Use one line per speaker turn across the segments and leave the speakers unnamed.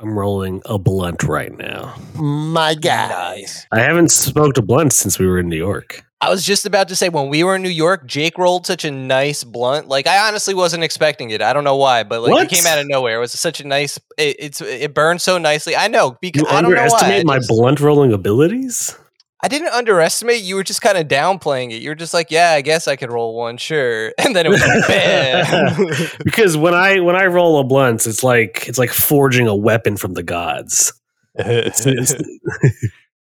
I'm rolling a blunt right now.
My God.
Nice.
I haven't smoked a blunt since we were in New York.
I was just about to say when we were in New York, Jake rolled such a nice blunt. Like I honestly wasn't expecting it. I don't know why, but like
What?
it came out of nowhere. It was such a nice. It, it's it burned so nicely. I know because
You
I don't know why. I
underestimate my
just-
blunt rolling abilities?
I didn't underestimate. You were just kind of downplaying it. You were just like, yeah, I guess I could roll one, sure. And then it was like, bam.
Because when I when I roll a blunt, it's like it's like forging a weapon from the gods. It's- it's-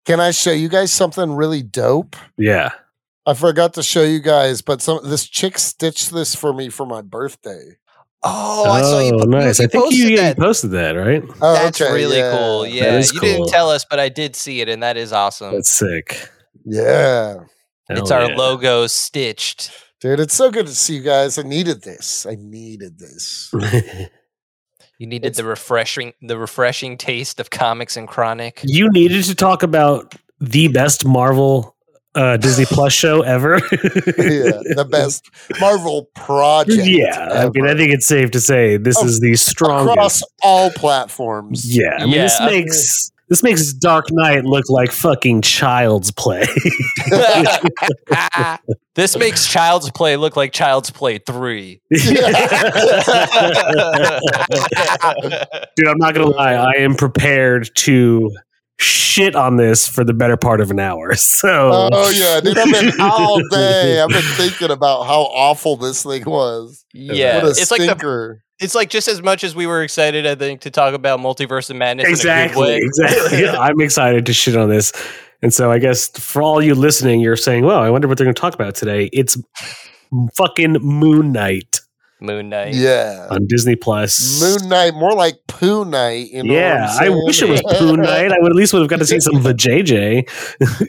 Can I show you guys something really dope?
yeah.
I forgot to show you guys, but some this chick stitched this for me for my birthday.
oh, I saw you. you-
nice.
you
I think you,
posted
you
that.
posted that, right?
Oh,
That's
okay,
really
yeah,
cool. Yeah,
is
you
cool.
didn't tell us, but I did see it, and that is awesome.
That's sick.
Yeah,
Oh. it's
Hell
our
yeah.
logo stitched.
dude, it's so good to see you guys. I needed this. I needed this.
You needed
It's-
the refreshing, the refreshing taste of comics and chronic.
you needed to talk about the best Marvel uh, Disney Plus show ever.
yeah, the best Marvel project.
Yeah, I mean, I
ever.
think it's safe to say this
Of-
is the strongest.
across all platforms.
yeah, I mean, this
Yeah.
makes this makes Dark Knight look like fucking child's play.
this makes Child's Play look like Child's Play Three.
Dude, I'm not gonna lie, I am prepared to shit on this for the better part of an hour. So,
Oh yeah, dude! I've been all day. I've been thinking about how awful this thing was.
yeah,
what a
it's like the
stinker!
it's like just as much as we were excited, I think, to talk about Multiverse of Madness in
exactly,
a good way.
exactly. I'm excited to shit on this. And so, I guess for all you listening, you're saying, "Well, I wonder what they're gonna talk about today." It's fucking Moon Knight
Moon Knight.
yeah,
on Disney Plus.
Moon Knight, more like Poo Knight. You know what
yeah,
I'm
I
saying?
wish it was Pooh Night. I would at least would have got to see some vajayjay.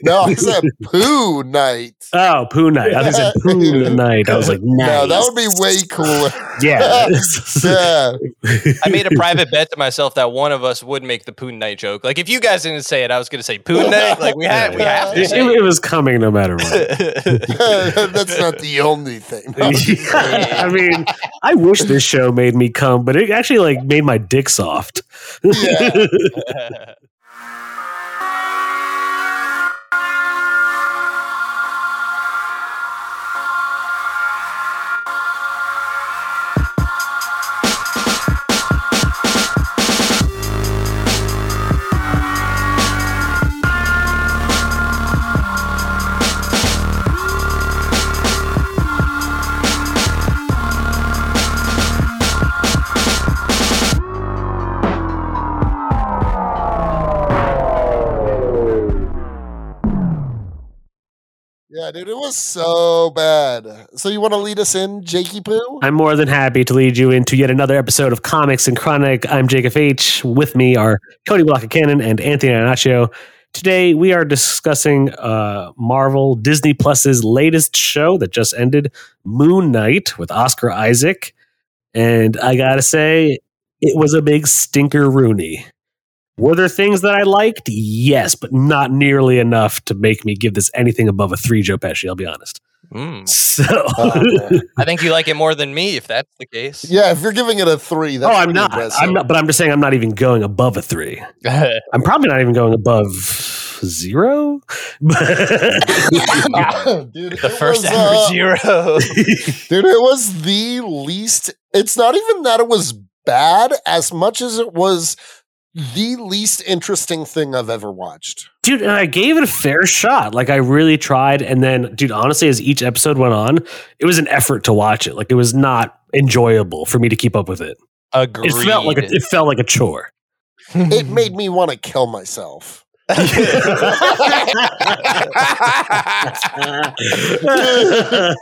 no, I said Poo Night.
Oh, Pooh Night. I think it's Pooh Night. I was like, nice.
No, that would be way cooler.
Yeah.
yeah,
I made a private bet to myself that one of us would make the Poon Knight joke. Like if you guys didn't say it, I was gonna say Poon Knight. Like we have we have to
It,
say
it was coming no matter what.
it.
that's not the only thing.
I mean, I wish this show made me come, but it actually like made my dick soft.
Yeah. Yeah, dude, it was so bad. So you want to lead us in, Jakey Poo?
I'm more than happy to lead you into yet another episode of Comics and Chronic. I'm Jacob H. With me are Cody Block Cannon and Anthony Anaccio. Today we are discussing uh, Marvel Disney Plus's latest show that just ended, Moon Knight, with Oscar Isaac. And I gotta say, it was a big stinker Rooney. Were there things that I liked? Yes, but not nearly enough to make me give this anything above a three Joe Pesci, I'll be honest.
Mm.
So
Oh, man.
I think you like it more than me, if that's the case.
yeah, if you're giving it a three, that's
oh, I'm
pretty
not.
impressive.
I'm not. But I'm just saying, I'm not even going above a three. I'm probably not even going above zero.
dude,
the
it
first
was,
ever zero.
uh, dude, it was the least. It's not even that it was bad as much as it was the least interesting thing I've ever watched.
dude, and I gave it a fair shot. Like I really tried, and then, dude, honestly, as each episode went on, it was an effort to watch it. Like it was not enjoyable for me to keep up with it.
Agreed.
It felt like a, it felt like a chore.
It made me want to kill myself.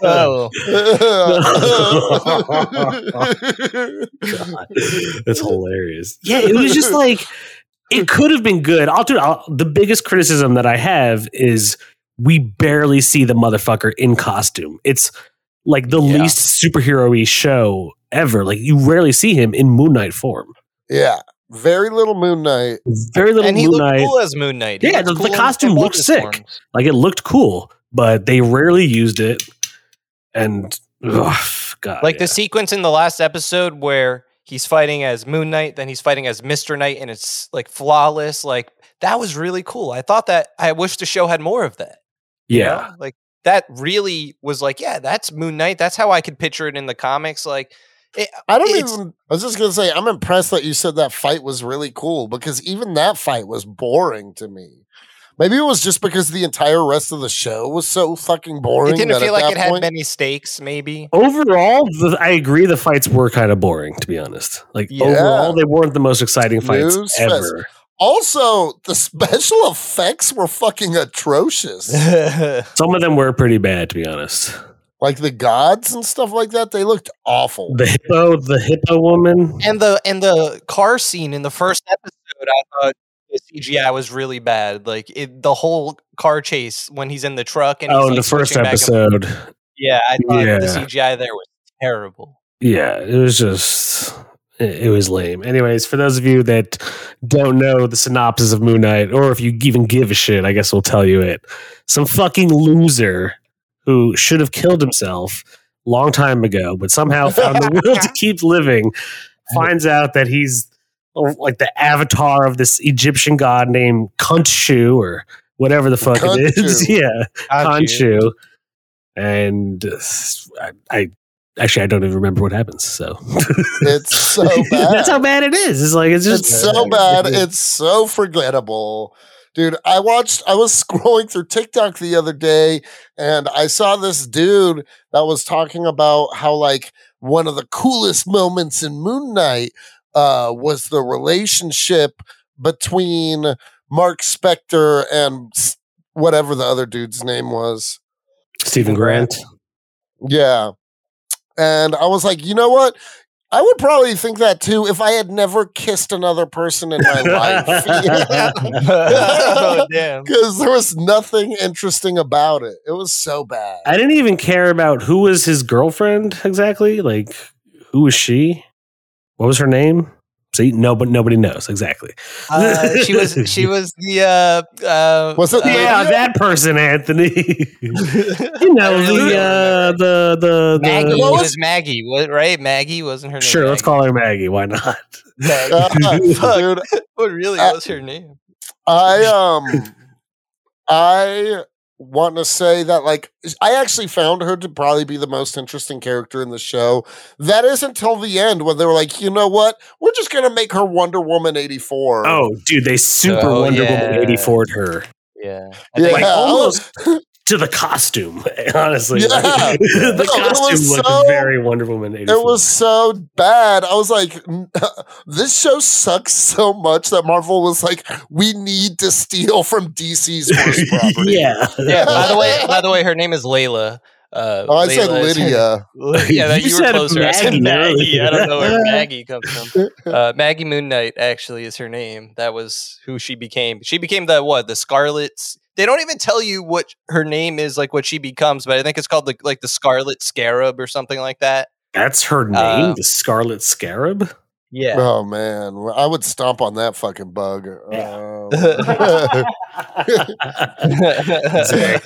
oh.
That's hilarious. Yeah, it was just like it could have been good. I'll do. I'll, the biggest criticism that I have is we barely see the motherfucker in costume. It's like the
Yeah.
least superhero-y show ever. Like you rarely see him in Moon Knight form.
yeah, very little Moon Knight.
Very little
And he
Moon
looked
Knight.
cool as Moon Knight. He
Yeah,
looked
the- the
cool in-
costume
in both
looked
his
sick.
forms.
Like it looked cool, but they rarely used it. And ugh, God, Oh,
Like
yeah.
the sequence in the last episode where he's fighting as Moon Knight, then he's fighting as Mr. Knight, and it's like flawless. Like that was really cool. I thought that I wish the show had more of that. you
Yeah.
know? Like that really was like, yeah, that's Moon Knight. That's how I could picture it in the comics. Like
I don't
It's-
even. I was just gonna say, I'm impressed that you said that fight was really cool because even that fight was boring to me. Maybe it was just because the entire rest of the show was so fucking boring.
it didn't
that
feel
at
like it
that
had
point,
many stakes, maybe.
Overall, the, I agree. The fights were kind of boring, to be honest. Like
Yeah.
overall, they weren't the most exciting fights
News fest.
ever.
Also, the special effects were fucking atrocious.
Some of them were pretty bad, to be honest.
like the gods and stuff like that, they looked awful.
The hippo, the hippo woman.
and the and the car scene in the first episode, I thought the CGI was really bad. Like it, the whole car chase when he's in the truck and he's
Oh, in
like,
the first
switching back and-
episode.
Yeah, I thought
Yeah.
the CGI there was terrible.
yeah, it was just it it was lame. Anyways, for those of you that don't know the synopsis of Moon Knight, or if you even give a shit, I guess we'll tell you it. Some fucking loser who should have killed himself long time ago, but somehow found the will to keep living, finds out that he's oh, like the avatar of this Egyptian god named Khonshu or whatever the fuck it is.
Khonshu.
yeah. Conchu. And uh, I, I actually I don't even remember what happens. So
It's so bad.
that's how bad it is. It's like it's just
It's so bad. It's so forgettable. Dude, I watched, I was scrolling through TikTok the other day and I saw this dude that was talking about how, like, one of the coolest moments in Moon Knight uh, was the relationship between Mark Spector and s- whatever the other dude's name was.
Stephen Grant.
Yeah. And I was like, you know what? I would probably think that too if I had never kissed another person in my life.
oh damn!
Because there was nothing interesting about it. It was so bad.
I didn't even care about who was his girlfriend exactly. Like who was she? What was her name? See, no, but nobody knows exactly.
Uh, she was she was the uh, uh
Was it
uh,
yeah,
Lydia?
that person, Anthony. you know the,
really don't
uh,
remember.
the the the
Maggie? It
Lois?
was Maggie, wa- right? Maggie wasn't her name.
Sure, let's call her Maggie. Why not?
Maggie. Fuck.
Dude,
What Oh, really
Uh,
was her name?
I um I want to say that like I actually found her to probably be the most interesting character in the show. That is until the end when they were like, you know what? We're just gonna make her Wonder Woman 84.
Oh, dude, they super
Oh,
Wonder
yeah.
Woman 84'd her.
Yeah,
yeah.
Like
I was-
almost to the costume, honestly.
Yeah.
Like, the
No, it was
costume looked
so-
very Wonder Woman 84.
It was so bad. I was like, this show sucks so much that Marvel was like, we need to steal from DC's first property.
yeah.
yeah. By the way, by the way, her name is Layla. Uh,
Oh, I said
Layla is-
Lydia.
yeah, that
You
you, were
said
closer. I
Maggie
said Maggie. I don't know where
earlier.
Maggie comes from. Uh, Maggie Moon Knight actually is her name. That was who she became. She became the what? The Scarlet's. They don't even tell you what her name is, like what she becomes, but I think it's called the, like the Scarlet Scarab or something like that.
That's her name,
Uh,
the Scarlet Scarab.
Yeah.
Oh man, Well, I would stomp on that fucking bug. Um, dude,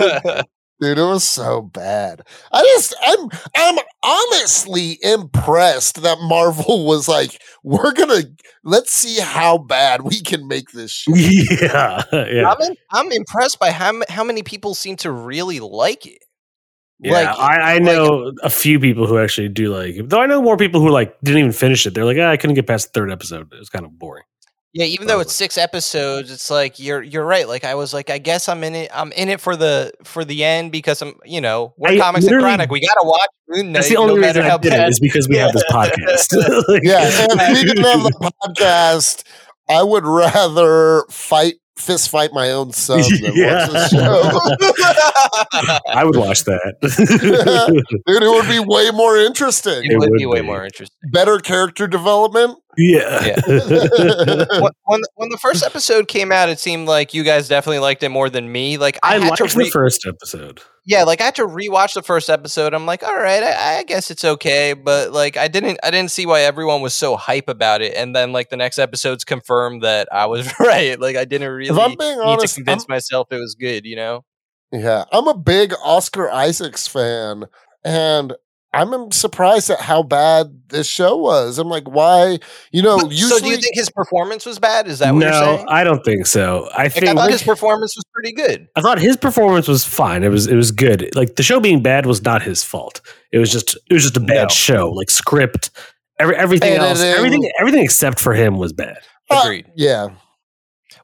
it was so bad. I just, I'm, I'm honestly impressed that Marvel was like, we're gonna let's see how bad we can make this shit.
yeah. Yeah.
I'm, in- I'm impressed by how, m- how many people seem to really like it.
Yeah, I, I know a few people who actually do like it. Though I know more people who like didn't even finish it. They're like, "Ah, I couldn't get past the third episode. It was kind of boring.
Yeah, even though
Probably.
it's six episodes, it's like you're you're right. Like I was like, I guess I'm in it. I'm in it for the for the end because I'm you know we're
I
comics and
literally-
chronic. We gotta watch Moon Knight.
That's the only
no
reason
matter
I
how
did it
bad.
is because we have this podcast. Like-
Yeah, if we didn't have the podcast, I would rather fight fist fight my own son than
Yeah.
watch this show.
I would watch that.
Dude, it would be way more interesting.
it would be way
be.
more interesting.
Better character development.
yeah.
When, when when the first episode came out, it seemed like you guys definitely liked it more than me. Like I,
I
had to
liked
re-
the first episode.
yeah, like I had to rewatch the first episode. I'm like, all right, I, I guess it's okay, but like I didn't, I didn't see why everyone was so hype about it. And then like the next episodes confirmed that I was right. Like I didn't really
if I'm being
need
honest,
to
I'm,
convince myself it was good. You know?
yeah, I'm a big Oscar Isaacs fan, and I'm surprised at how bad this show was. I'm like, why? You know,
But- so
usually
do you think his performance was bad? Is that what you're
no,
saying?
I don't think so. I
Like, I
think
thought his performance was pretty good.
I thought his performance was fine. It was it was good. Like the show being bad was not his fault. It was just it was just a bad
No.
show. Like script, every, everything else,
Editing.
everything everything except for him was bad.
Uh,
Agreed.
yeah,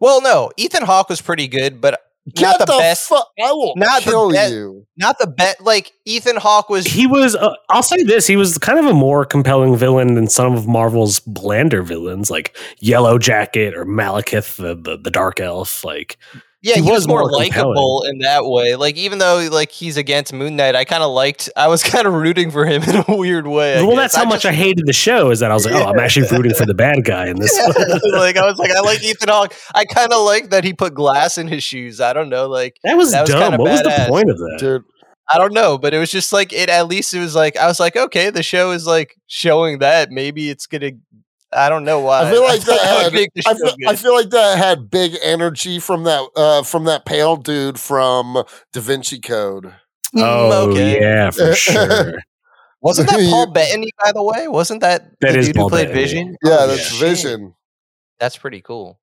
Well, no, Ethan Hawke was pretty good, but
Get
not the, best.
Fu- I will
not the
kill
best-
you.
not the best. Like Ethan Hawke was.
He was. Uh, I'll say this: he was kind of a more compelling villain than some of Marvel's blander villains, like Yellow Jacket or Malekith, the the, the Dark Elf. Like
Yeah,
He
he,
was
was, more,
more
likable in that way. Like even though like he's against Moon Knight, I kind of liked. I was kind of rooting for him in a weird way. I
well,
guess.
that's how
I
much I hated the show. Is that I was like, oh, I'm actually rooting for the bad guy in this. one.
just- like I was like I like Ethan Hawke. I kind of like that he put glass in his shoes. I don't know, like
That was
That was
dumb.
kinda
what was the
badass.
point of that?
Dude,
I don't know, but it was just like it. At least it was like I was like okay, the show is like showing that maybe it's gonna. I don't know why.
I feel like
thought
that
would
had-
make the
I
show
feel, I
good.
feel like that had big energy from that uh, from that pale dude from Da Vinci Code.
Mm,
Oh
okay.
yeah, for sure.
Wasn't that Paul Bettany, by the way? Wasn't that
That
the
is
dude
Paul
who played
Bettany.
Vision?
Yeah,
Oh,
that's
shit.
Vision.
That's pretty cool.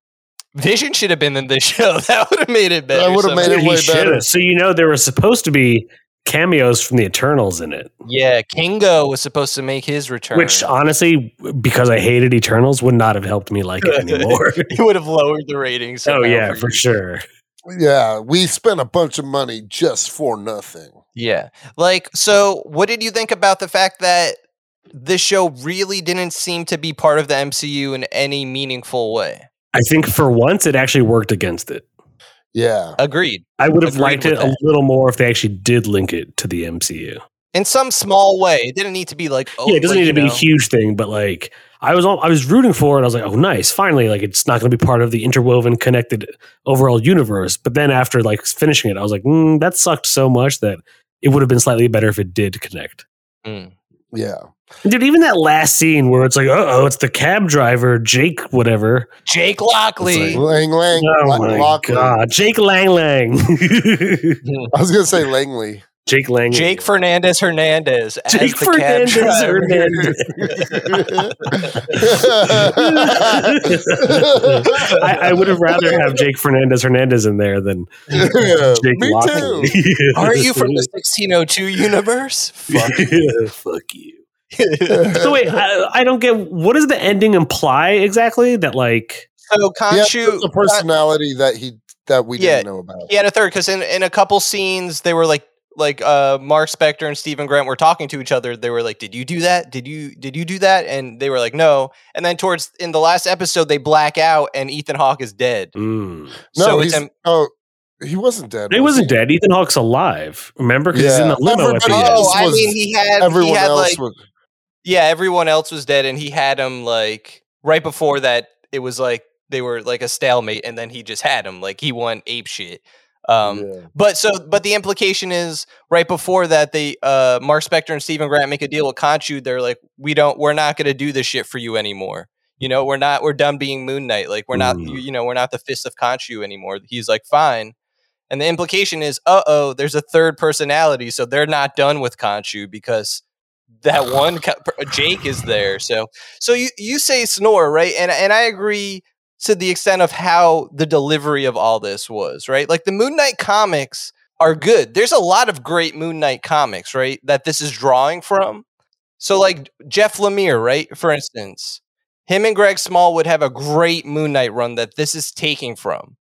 Vision should have been in this show. That would have made it better.
That would've
somehow.
made it
Yeah, he
way
should've.
better.
So you know there were supposed to be cameos from the Eternals in it,
Yeah, Kingo was supposed to make his return,
which honestly, because I hated Eternals, would not have helped me like it anymore.
he would have lowered the ratings.
oh
somehow
yeah, for
you.
sure.
Yeah, we spent a bunch of money just for nothing.
Yeah, like so. What did you think about the fact that this show really didn't seem to be part of the MCU in any meaningful way?
I think for once it actually worked against it.
Yeah,
Agreed.
I would have
Agreed
liked it
with
a
that.
little more if they actually did link it to the MCU.
In some small way, it didn't need to be like oh,
yeah, it doesn't
like,
need to
you
be
know.
a huge thing, but like I was all, I was rooting for it. I was like, oh, nice, finally, like it's not going to be part of the interwoven, connected overall universe. But then after like finishing it, I was like, mm, that sucked so much that it would have been slightly better if it did connect.
Mm.
yeah.
Dude, even that last scene where it's like, uh oh, it's the cab driver, Jake, whatever.
Jake Lockley.
It's
Lang Lang.
oh
Lo-
my
Lockley.
god, Jake Lang Lang,
I was gonna say Langley.
Jake Lang,
Jake Fernandez Hernandez. as
Jake
the cab
Fernandez
driver.
Hernandez. I, I would have rather have Jake Fernandez Hernandez in there than
Yeah,
Jake
me
Lockley.
Are you from the 1602 universe? Fuck.
Yeah, fuck you. So wait, I, I don't get what does the ending imply exactly? That like,
so
Yeah,
Conchu,
the personality that he that we
Yeah.
didn't know about.
he had a third because in, in a couple scenes they were like like uh Mark Spector and Stephen Grant were talking to each other. They were like, "Did you do that? Did you did you do that?" And they were like, "No." And then towards in the last episode they black out and Ethan Hawke is dead.
mm.
No,
so it's
he's,
him.
oh, he wasn't dead.
he
was
wasn't dead. Ethan Hawke's alive. Remember, because he's in
Yeah.
the limo at the
Everybody
end.
Oh,
else
I
was-
mean, he had
Everyone
he had
else
like
was.
yeah, everyone else was dead, and he had him like right before that. It was like they were like a stalemate, and then he just had him like he won ape shit. Um,
yeah.
But so, but the implication is right before that, they uh, Mark Spector and Stephen Grant make a deal with Conchu. They're like, we don't, we're not going to do this shit for you anymore. You know, we're not, we're done being Moon Knight. Like, we're not,
Mm.
you, you know, we're not the fist of Conchu anymore. He's like, fine. And the implication is, uh oh, there's a third personality, so they're not done with Conchu because that one co- per- Jake is there. So, so you you say snore, right? And and I agree to the extent of how the delivery of all this was, right? Like the Moon Knight comics are good. There's a lot of great Moon Knight comics, right? That this is drawing from. So like Jeff Lemire, right? For instance, him and Greg Small would have a great Moon Knight run that this is taking from.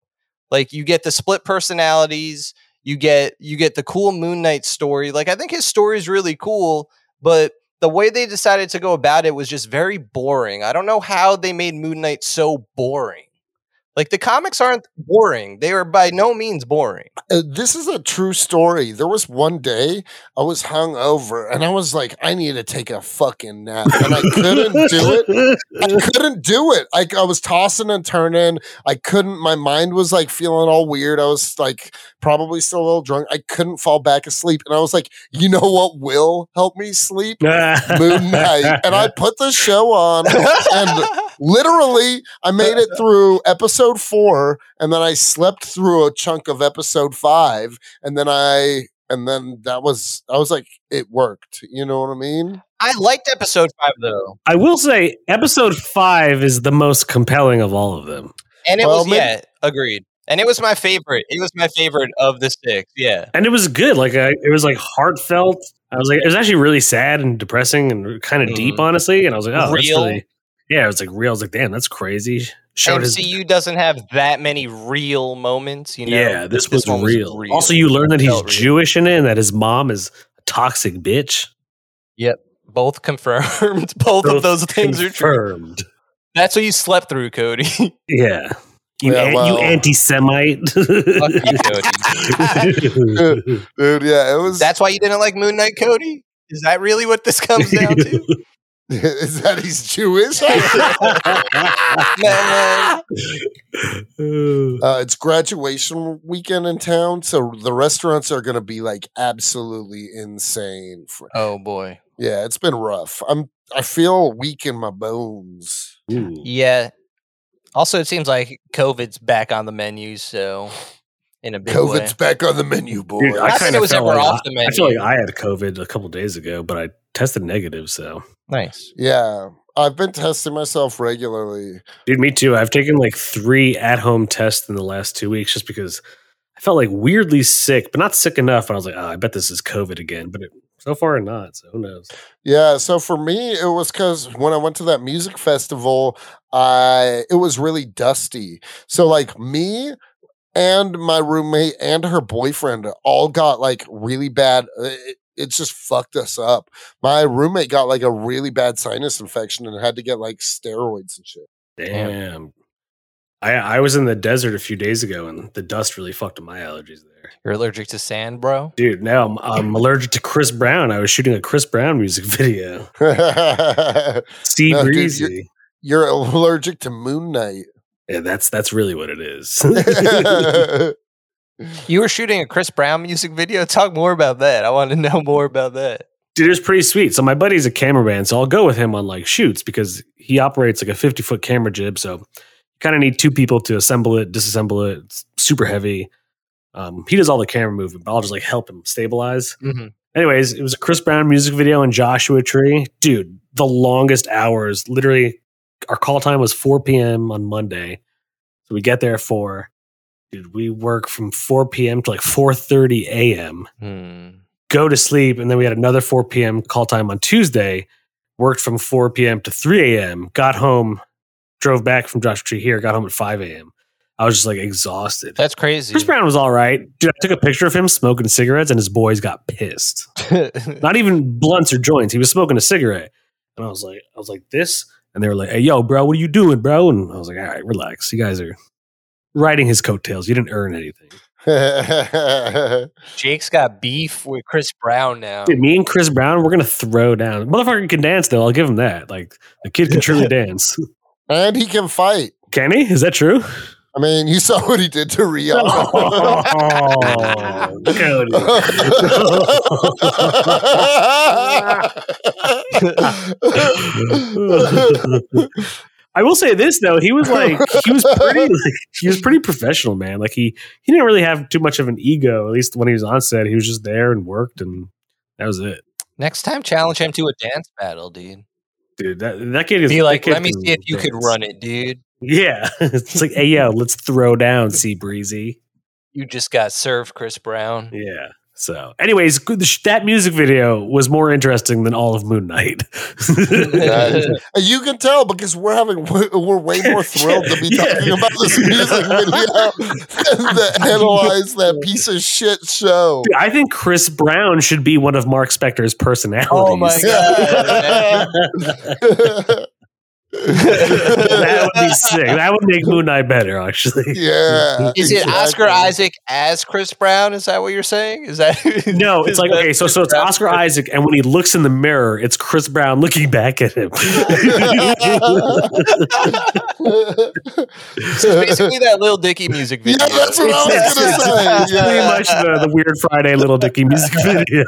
Like you get the split personalities, you get you get the cool Moon Knight story. Like I think his story is really cool, but the way they decided to go about it was just very boring. I don't know how they made Moon Knight so boring. Like the comics aren't boring. They are by no means boring.
Uh, this is a true story. There was one day I was hung over and I was like, I need to take a fucking nap. And I couldn't do it. I couldn't do it. I, I was tossing and turning. I couldn't. My mind was like feeling all weird. I was like probably still a little drunk. I couldn't fall back asleep. And I was like, you know what will help me sleep? Moon Knight. And I put the show on. And literally, I made it through episode four. And then I slept through a chunk of episode five. And then I and then that was I was like, it worked. You know what I mean?
I liked episode five though,
I will say episode five is the most compelling of all of them.
and it
Well,
was
maybe-
yeah, agreed. And it was my favorite. It was my favorite of the six. Yeah,
And it was good. Like I, it was like heartfelt. I was like, it was actually really sad and depressing and kind of deep,
Mhm.
honestly. And I was like, oh, that's
Real.
really, yeah. It was like real. I was like, damn, that's crazy. Showed his,
MCU doesn't have that many real moments. You know,
yeah, this, was,
one
real. Also, you learn that he's
Felt real.
Jewish in it and that his mom is a toxic bitch.
both confirmed. Both,
Both
of those things are true.
Confirmed.
That's what you slept through, Cody. Fuck
Yeah. You,
Yeah,
an-
well-
you anti-Semite.
you, Cody.
Dude, yeah, it was.
That's why you didn't like Moon Knight, Cody. Is that really what this comes down to?
is that he's Jewish.
Man,
Uh, it's graduation weekend in town, so the restaurants are going to be like absolutely insane. For,
oh boy.
yeah, it's been rough. I'm I feel weak in my bones.
Ooh.
Yeah. Also, it seems like COVID's back on the menu, so in a big
COVID's
way.
back on the menu, boy.
Dude,
I
I
don't think
kinda
it was
felt
ever
like
off the menu.
I feel like I had COVID a couple days ago, but I tested negative. So,
nice.
yeah, I've been testing myself regularly.
dude, me too. I've taken like three at-home tests in the last two weeks just because I felt like weirdly sick, but not sick enough. And I was like, oh, I bet this is COVID again. But it, so far, not. So who knows?
Yeah, so for me, it was because when I went to that music festival, I it was really dusty. So like me and my roommate and her boyfriend all got like really bad. uh, It, it just fucked us up. My roommate got like a really bad sinus infection and had to get like steroids and shit.
Damn. I I was in the desert a few days ago, and the dust really fucked my allergies there.
You're allergic to sand, bro?
Dude, now I'm, I'm allergic to Chris Brown. I was shooting a Chris Brown music video. Steve
No, dude,
Breezy.
You're allergic to Moon Knight.
yeah, that's that's really what it is.
You were shooting a Chris Brown music video. Talk more about that. I want to know more about that.
Dude, it's pretty sweet. So my buddy's a cameraman, so I'll go with him on like shoots because he operates like a 50 foot camera jib. So you kind of need two people to assemble it, disassemble it. It's super heavy. Um, he does all the camera movement, but I'll just like help him stabilize. Anyways, it was a Chris Brown music video in Joshua Tree. Dude, the longest hours. Literally, our call time was 4 p.m. on Monday. So we get there at 4. Dude, we work from 4 p.m. to like 4.30 a.m.,
Hmm.
go to sleep, and then we had another 4 p.m. call time on Tuesday, worked from 4 p.m. to 3 a.m., got home, drove back from Joshua Tree here, got home at 5 a.m. I was just like exhausted.
That's crazy.
Chris Brown was all right. Dude, I took a picture of him smoking cigarettes, and his boys got pissed not even blunts or joints. He was smoking a cigarette, and I was like, I was like this, and they were like, "Hey, yo, bro, what are you doing, bro?" And I was like, "All right, relax. You guys are riding his coattails. You didn't earn anything."
Jake's got beef with Chris Brown now.
Dude, me and Chris Brown, we're gonna throw down. Motherfucker can dance though. I'll give him that. Like the kid can truly dance.
and he can fight.
Can he? Is that true?
I mean, you saw what he did to Rio.
Oh, Cody. I will say this though, he was like he was pretty like, he was pretty professional, man. Like he he didn't really have too much of an ego. At least when he was on set, he was just there and worked, and that was it,
Next time, challenge him to a dance battle, dude.
dude. That that kid is
Be
that
like,
kid
let me
can
see if you could
dance."
run it, dude.
Yeah, it's like hey yo, let's throw down, Sea Breezy.
You just got served, Chris Brown.
Yeah. So, anyways, good- that music video was more interesting than all of Moon Knight.
Nice. you can tell because we're having we're way more thrilled to be
Yeah.
talking about this music video than to analyze that piece of shit show.
Dude, I think Chris Brown should be one of Mark Spector's personalities.
Oh my god!
that would be sick. That would make Moon Knight better, actually.
yeah.
Is it Oscar
exactly.
Isaac as Chris Brown? Is that what you're saying? Is that
No, it's like okay, so so it's Oscar Isaac, and when he looks in the mirror, it's Chris Brown looking back at him.
Basically, that little Dicky music
Yeah,
video.
that's what I
It's-
was
it's-
gonna
it's
say.
pretty
yeah.
much the, the Weird Friday Little Dicky music video.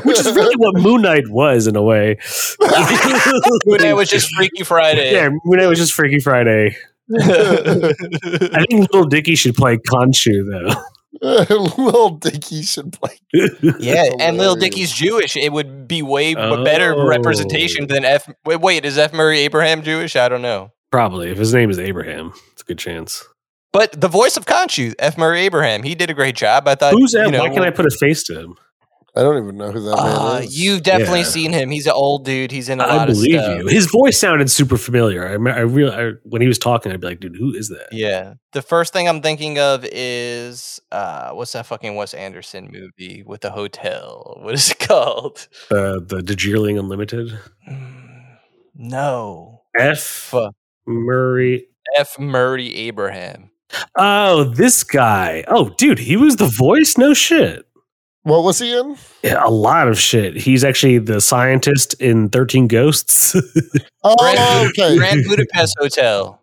Which is really what Moon Knight was in a way.
When it was just Freaky Friday.
yeah, Moon Knight was just Freaky Friday I think Little Dicky should play Khonshu though.
Little Dicky should play.
Yeah, and Little
Hilarious.
Dicky's Jewish. It would be way b- better
Oh.
representation than F. Wait, wait, is F. Murray Abraham Jewish? I don't know.
Probably if his name is Abraham, it's a good chance.
But the voice of Conchu, F. Murray Abraham, he did a great job. I thought.
Who's that?
You know,
Why can't I put a face to him?
I don't even know who that
uh,
man is.
you've definitely
Yeah.
seen him. He's an old dude. He's in a
I
lot
believe
of stuff.
you. His voice sounded super familiar. I, remember, I really I, when he was talking, I'd be like, dude, who is that?
Yeah. The first thing I'm thinking of is uh, what's that fucking Wes Anderson movie with the hotel? What is it called?
Uh, the Dejeerling Unlimited.
Mm, No.
F. uh,
Fuck.
Murray.
F. Murray Abraham.
Oh, this guy. Oh, dude, he was the voice. No shit.
What was he in?
Yeah, a lot of shit. He's actually the scientist in Thirteen Ghosts.
Oh,
Grand,
okay.
Grand Budapest Hotel.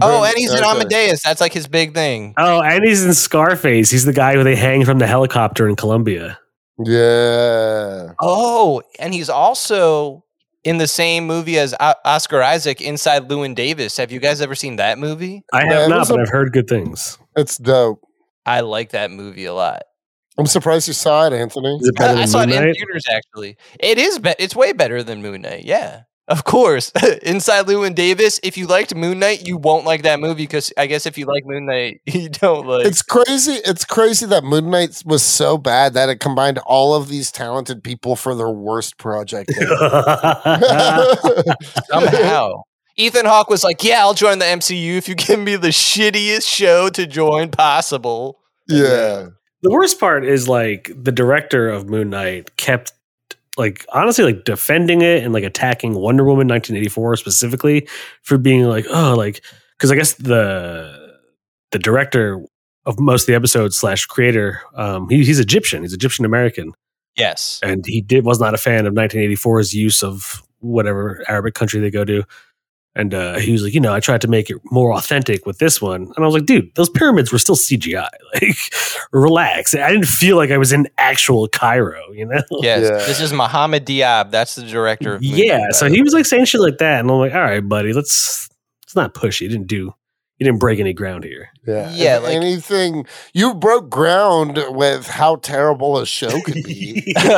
Oh, and he's in
Okay.
Amadeus. That's like his big thing.
oh, and he's in Scarface. He's the guy who they hang from the helicopter in Colombia.
Yeah.
Oh, and he's also in the same movie as O- Oscar Isaac, Inside Lewin Davis. Have you guys ever seen that movie?
I
Yeah,
have
it
not,
was
but
a-
I've heard good things.
It's dope.
I like that movie a lot.
I'm surprised you saw it, Anthony.
Is it better
I, I
than
saw
Moon
it in
Knight?
theaters actually. It is be- it's way better than Moon Knight. Yeah. Of course. Inside Lewin Davis, if you liked Moon Knight, you won't like that movie because I guess if you like Moon Knight, you don't like
It's crazy. It's crazy that Moon Knight was so bad that it combined all of these talented people for their worst project.
somehow. Ethan Hawke was like, "Yeah, I'll join the MCU if you give me the shittiest show to join possible."
yeah.
the worst part is like the director of Moon Knight kept like honestly like defending it and like attacking Wonder Woman 1984 specifically for being like oh like because I guess the the director of most of the episodes slash creator um he, he's Egyptian he's Egyptian American
Yes.
and he did was not a fan of 1984's use of whatever Arabic country they go to. And uh, he was like, you know, I tried to make it more authentic with this one, and I was like, dude, those pyramids were still CGI. Like, relax. I didn't feel like I was in actual Cairo, you know?
Yes.
Yeah.
This is Mohammed Diab. That's the director of Moon
Oh, yeah.
Knight, by
So
the
he
way.
was like saying shit like that, and I'm like, all right, buddy, let's let's not push. You didn't do, you didn't break any ground here.
Yeah.
Yeah,
If
like-
anything you broke ground with how terrible a show could be.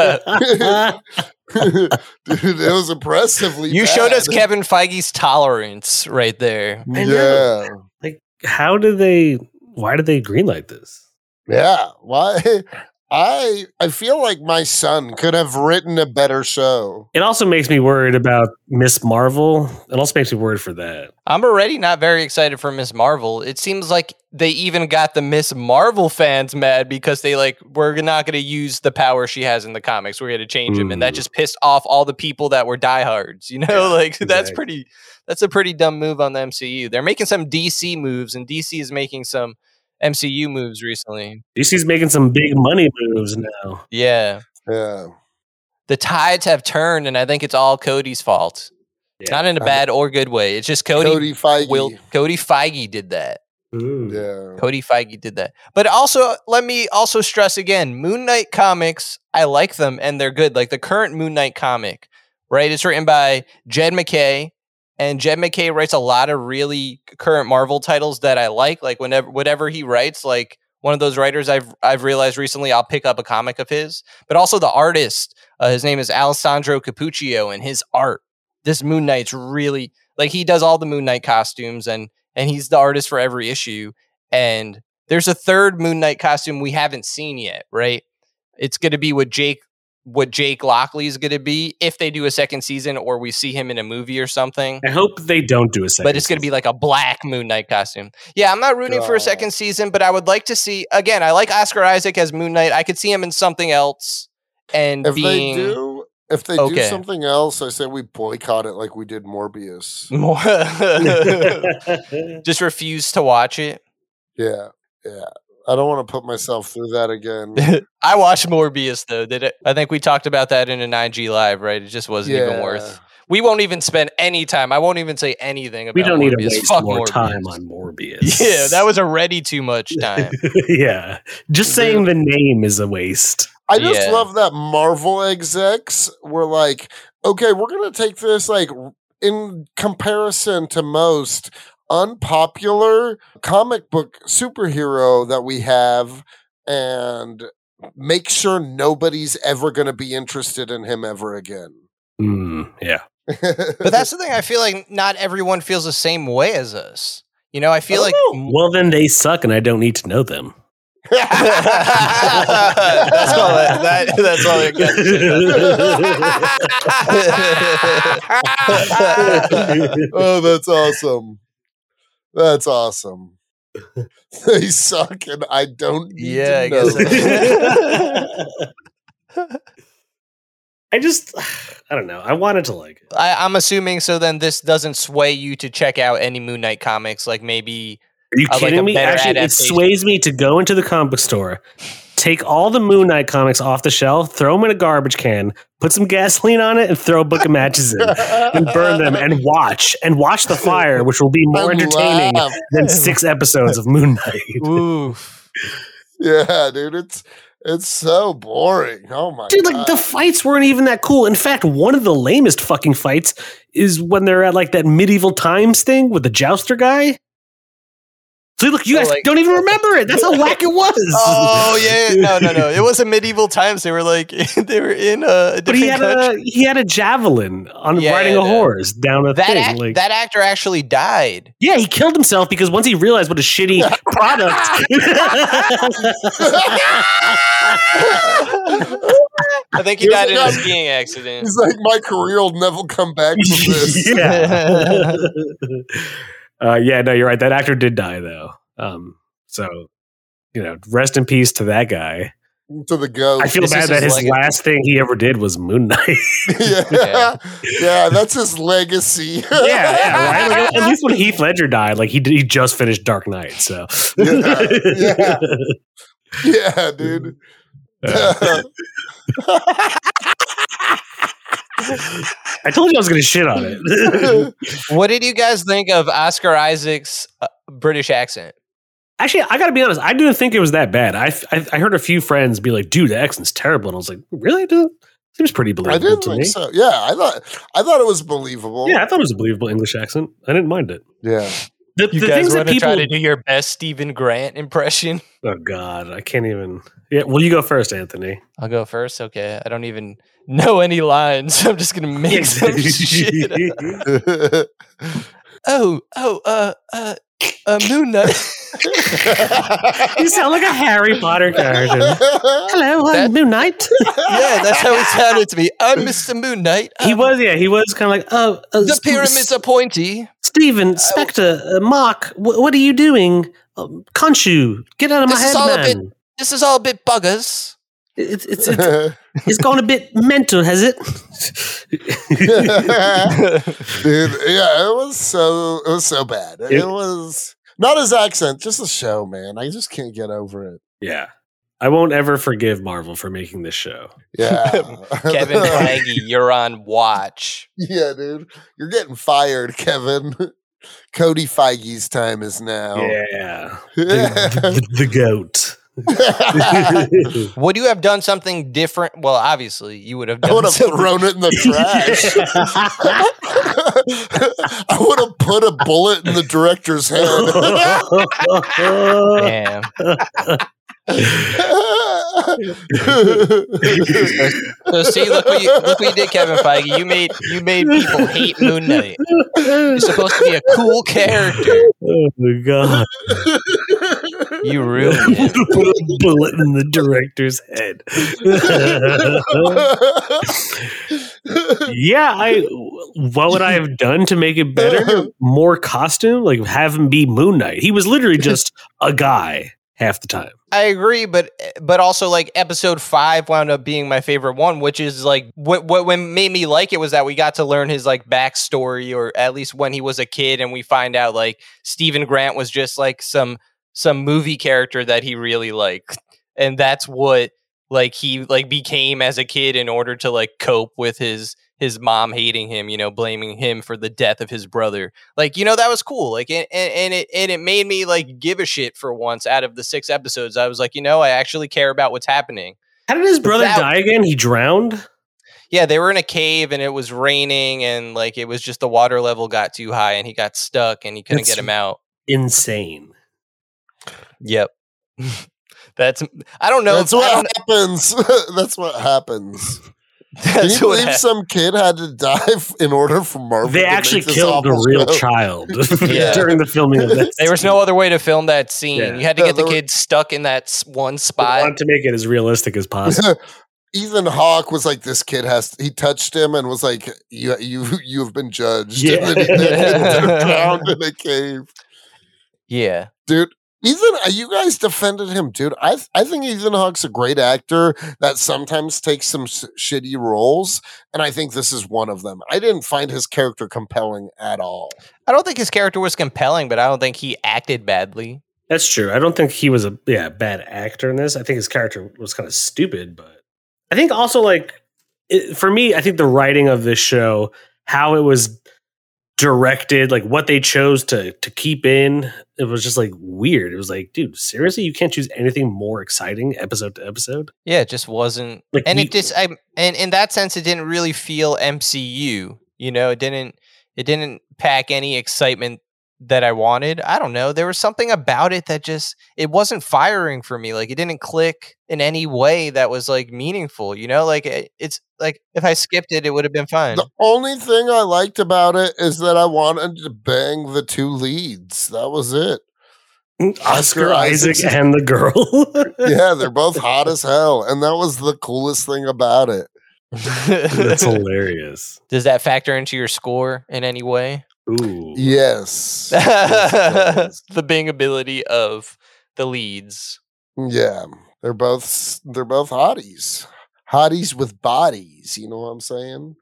Dude, it was impressively.
You showed us
bad.
Kevin Feige's tolerance right there.
I
Yeah.
know. How did they? Why did they greenlight this?
Yeah. Why? I I feel like my son could have written a better show.
It also makes me worried about Miss Marvel. It also makes me worried for that.
I'm already not very excited for Miss Marvel. It seems like they even got the Miss Marvel fans mad because they like we're not going to use the power she has in the comics. We're going to change him, and that
Mm.
just pissed off all the people that were diehards. You know,
Yeah,
like that's
exactly.
pretty. That's a pretty dumb move on the MCU. They're making some DC moves, and DC is making some MCU moves recently.
DC's making some big money moves now.
Yeah,
Yeah.
the tides have turned, and I think it's all Cody's fault.
Yeah.
Not in a
I'm-
bad or good way. It's just
Cody,
Cody.
Feige.
Will Cody Feige did that.
Hmm. yeah.
Cody Feige did that. But also, let me also stress again Moon Knight comics, I like them and they're good. Like the current Moon Knight comic, right? It's written by Jed McKay. And Jed McKay writes a lot of really current Marvel titles that I like. Like whenever whatever he writes, like one of those writers I've I've realized recently, I'll pick up a comic of his. But also the artist, uh, his name is Alessandro Capuccio, and his art. This Moon Knight's really like he does all the Moon Knight costumes, and and he's the artist for every issue and there's a third Moon Knight costume we haven't seen yet, right? It's going to be what Jake what Jake Lockley is going to be if they do a second season or we see him in a movie or something.
I hope they don't do a second.
But it's going to be like a black Moon Knight costume. Yeah, I'm not rooting for a
God.
second season, but I would like to see again. I like Oscar Isaac as Moon Knight. I could see him in something else and
If
being
they do, if they do
Okay.
something else, I say we boycott it like we did Morbius.
more.
season.
just refuse to watch it.
Yeah. Yeah. I don't want to put myself through that again.
I watched Morbius though. Did it? I think we talked about that in an IG live, right? It just wasn't even worth. We won't even spend any time. I won't even say anything about.
we don't need to
Morbius.
waste
Fuck
more
Morbius.
time on Morbius.
Yeah, that was already too much time.
yeah. Just saying the name is a waste.
I just
Yeah.
love that Marvel execs were like, okay, we're gonna take this like in comparison to most unpopular comic book superhero that we have and make sure nobody's ever going to be interested in him ever again.
Mm, yeah.
but that's the thing. I feel like not everyone feels the same way as us. You know, I feel like
know. well, then they suck, and I don't need to know them.
that's all. That, that, that's all. I got.
oh, that's awesome. That's awesome. they suck, and I don't. Need
yeah,
to
I
know
guess. I,
I just, I don't know. I wanted to like it.
I'm assuming so. Then this doesn't sway you to check out any Moon Knight comics, like maybe.
Are you
I like
kidding
a
me?
better
Actually, it
adaptation.
sways me to go into the comic book store, take all the Moon Knight comics off the shelf, throw them in a garbage can, put some gasoline on it, and throw a book of matches in, and burn them, and watch and watch the fire, which will be more
And
entertaining
laugh.
than six episodes of Moon Knight.
Oof.
Yeah, dude, it's it's so boring. Oh my
Dude,
god,
like the fights weren't even that cool. In fact, one of the lamest fucking fights is when they're at like that medieval times thing with the jouster guy. So look, you
Oh,
guys
like-
don't even remember it. That's how whack it was.
Oh yeah, no, no, no. It was a medieval times. They were like they were in a, different
But he had
country.
a he had a javelin on
Yeah,
riding a
yeah.
horse down a
that
thing.
act-
like,
that actor actually died.
yeah, he killed himself because once he realized what a shitty product.
I think he
Here's
died in a
another-
skiing accident.
he's like my career will never come back from this.
yeah. uh, yeah, no, you're right. That actor did die though. Um, so you know, rest in peace to that guy.
to the ghost.
I feel
This
bad
is
that
his
his
legacy.
last thing he ever did was Moon Knight.
yeah.
Yeah.
yeah, that's his legacy.
yeah, yeah, right. Like, at least when Heath Ledger died, like he did, he just finished Dark Knight. So
Yeah, yeah. yeah, dude.
Uh, I told you I was going to shit on it.
What did you guys think of Oscar Isaac's uh, British accent?
Actually, I got to be honest. I didn't think it was that bad. I, I I heard a few friends be like, "Dude, the accent's terrible," and I was like, "Really? Dude, seems pretty
I
believable
didn't
to
think
me."
so. Yeah, I thought I thought it was believable.
Yeah, I thought it was a believable English accent. I didn't mind it.
yeah.
The,
You
the
guys
things that
want to
people.
try to do your best Stephen Grant impression?
oh God, I can't even. Yeah, well, you go first, Anthony.
I'll go first. Okay, I don't even know any lines. I'm just gonna make some shit. up.
Dude,
Oh, oh, uh, uh, uh Moon Knight.
you sound like a Harry Potter character. Hello,
That-
I'm Moon Knight.
yeah, that's how it sounded to me. I'm Mr. Moon Knight.
He
Um,
was, yeah, he was kind of like, oh, uh,
the
Sp-
pyramids
S-
are pointy.
Stephen, Spectre, uh, Mark, wh- what are you doing? Um, Conchu, get out of
This
my
is
head,
all a
man.
bit- This is all a bit buggers.
It's it's it's, it's gone a bit mental, has it?
Dude, yeah, it was so it was so bad. It,
It-
was not his accent, just the show, man. I just can't get over it.
yeah, I won't ever forgive Marvel for making this show.
Yeah.
Kevin Feige, you're on watch.
yeah, dude. You're getting fired, Kevin. Cody Feige's time is now.
Yeah, the, the, the goat.
Would you have done something different? Well, obviously, you would have
I
done
would have
something.
thrown it in the trash. I would have put a bullet in the director's head.
Damn. So see, look what you look what you did, Kevin Feige. You made you made people hate Moon Knight. You're supposed to be a cool character.
oh my god!
You ruined it.
Put a bullet in the director's head. yeah, I. What would I have done to make it better? More costume, like have him be Moon Knight. He was literally just a guy half the time.
I agree, but but also like episode five wound up being my favorite one, which is like what what when made me like it was that we got to learn his like backstory, or at least when he was a kid, and we find out like Stephen Grant was just like some some movie character that he really liked, and that's what like he like became as a kid in order to like cope with his his mom hating him, you know, blaming him for the death of his brother like you know that was cool like and, and, and it and it made me like give a shit for once out of the six episodes i was like you know i actually care about what's happening
How did his brother
That-
die again? He drowned.
yeah, they were in a cave and it was raining and like it was just the water level got too high and he got stuck and he couldn't
That's-
get him out.
Insane.
Yep. That's I don't know.
That's
if- I
what
don't-
happens. That's what happens. Can you
that's what
believe
happened.
some kid had to die f- in order for Marvel?
They
to make
actually
this
killed a
awful
real
show?
child
Yeah.
during the filming of this.
There was no other way to film that scene.
Yeah.
You had to
No,
get the
there were-
kid stuck in that s- one
They
spot.
wanted to make it as realistic as possible.
Ethan Hawke was like, "This kid has." He touched him and was like, "You, you, you have been judged."
Yeah.
And then he- that kid was drowned in a cave.
Yeah.
dude. Ethan, uh, you guys defended him, dude. I th- I think Ethan Hawke's a great actor that sometimes takes some s- shitty roles, and I think this is one of them. I didn't find his character compelling at all.
I don't think his character was compelling, but I don't think he acted badly.
That's true. I don't think he was a yeah bad actor in this. I think his character was kind of stupid, but I think also like it, for me, I think the writing of this show, how it was directed, like what they chose to to keep in, it was just like weird. It was like, dude, seriously, you can't choose anything more exciting episode to episode.
Yeah, it just wasn't.
Like,
And
we-
it just I and in that sense it didn't really feel MCU. You know, it didn't it didn't pack any excitement that I wanted. I don't know. There was something about it that just it wasn't firing for me. Like it didn't click in any way that was like meaningful, you know? Like it, it's like if I skipped it it would have been fine.
The only thing I liked about it is that I wanted to bang the two leads. That was it.
Oscar
Oscar
Isaac
Isaac.
and the girl.
Yeah, they're both hot as hell, and that was the coolest thing about it.
That's hilarious.
Does that factor into your score in any way?
Ooh.
Yes. Yes, it does.
the being ability of the leads.
Yeah, they're both s- they're both hotties, hotties with bodies. You know what I'm saying,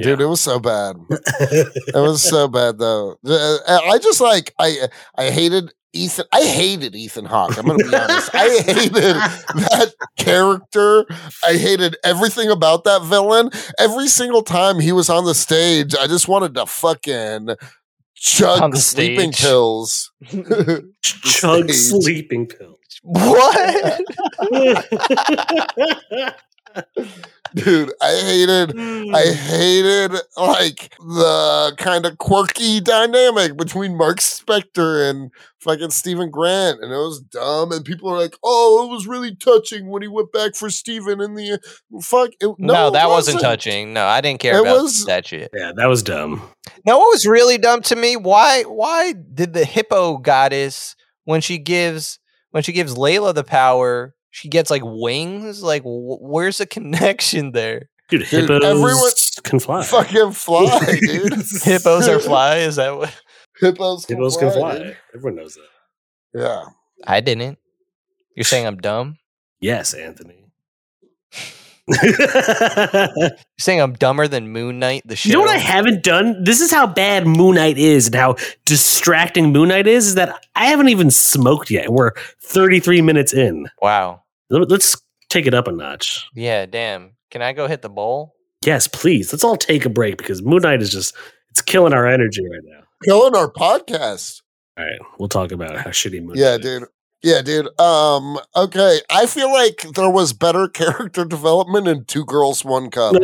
dude? It was so bad. It was so bad though. Uh, I just like I uh, I hated Ethan. I hated Ethan Hawke. I'm gonna be honest. I hated that character. I hated everything about that villain. Every single time he was on the stage, I just wanted to fucking
On
chug
the
sleeping
stage.
pills.
Chug
Stage.
sleeping pill.
What?
Dude, I hated I
Hmm.
hated like the kind of quirky dynamic between Mark Spector and fucking Stephen Grant, and it was dumb. And people are like, "Oh, it was really touching when he went back for Stephen in the e-" fuck." It, no,
no,
it
that wasn't touching. No, I didn't care
It
about
was-
that shit.
yeah, that was dumb.
No, what was really dumb to me? Why? Why did the hippo goddess when she gives when she gives Layla the power? She gets like wings. Like, wh- where's the connection there?
Dude, hippos
everyone-
can fly.
Fucking fly, dude.
Hippos are fly. Is that what?
Hippos, can
Hippos
fly.
can fly.
dude.
Everyone knows that.
Yeah.
I didn't. You're saying I'm dumb.
Yes, Anthony.
You're saying I'm dumber than Moon Knight. The show.
you know what I haven't done? This is how bad Moon Knight is and how distracting Moon Knight is, is that I haven't even smoked yet. We're 33 minutes in.
wow.
Let- Let's take it up a notch.
Yeah. Damn. Can I go hit the bowl?
Yes, please. Let's all take a break because Moon Knight is just, it's killing our energy right now.
Killing our podcast.
All right, we'll talk about how shitty Moon
Yeah,
Knight is.
dude. Yeah, dude. Um, okay. I feel like there was better character development in Two Girls, One Cup.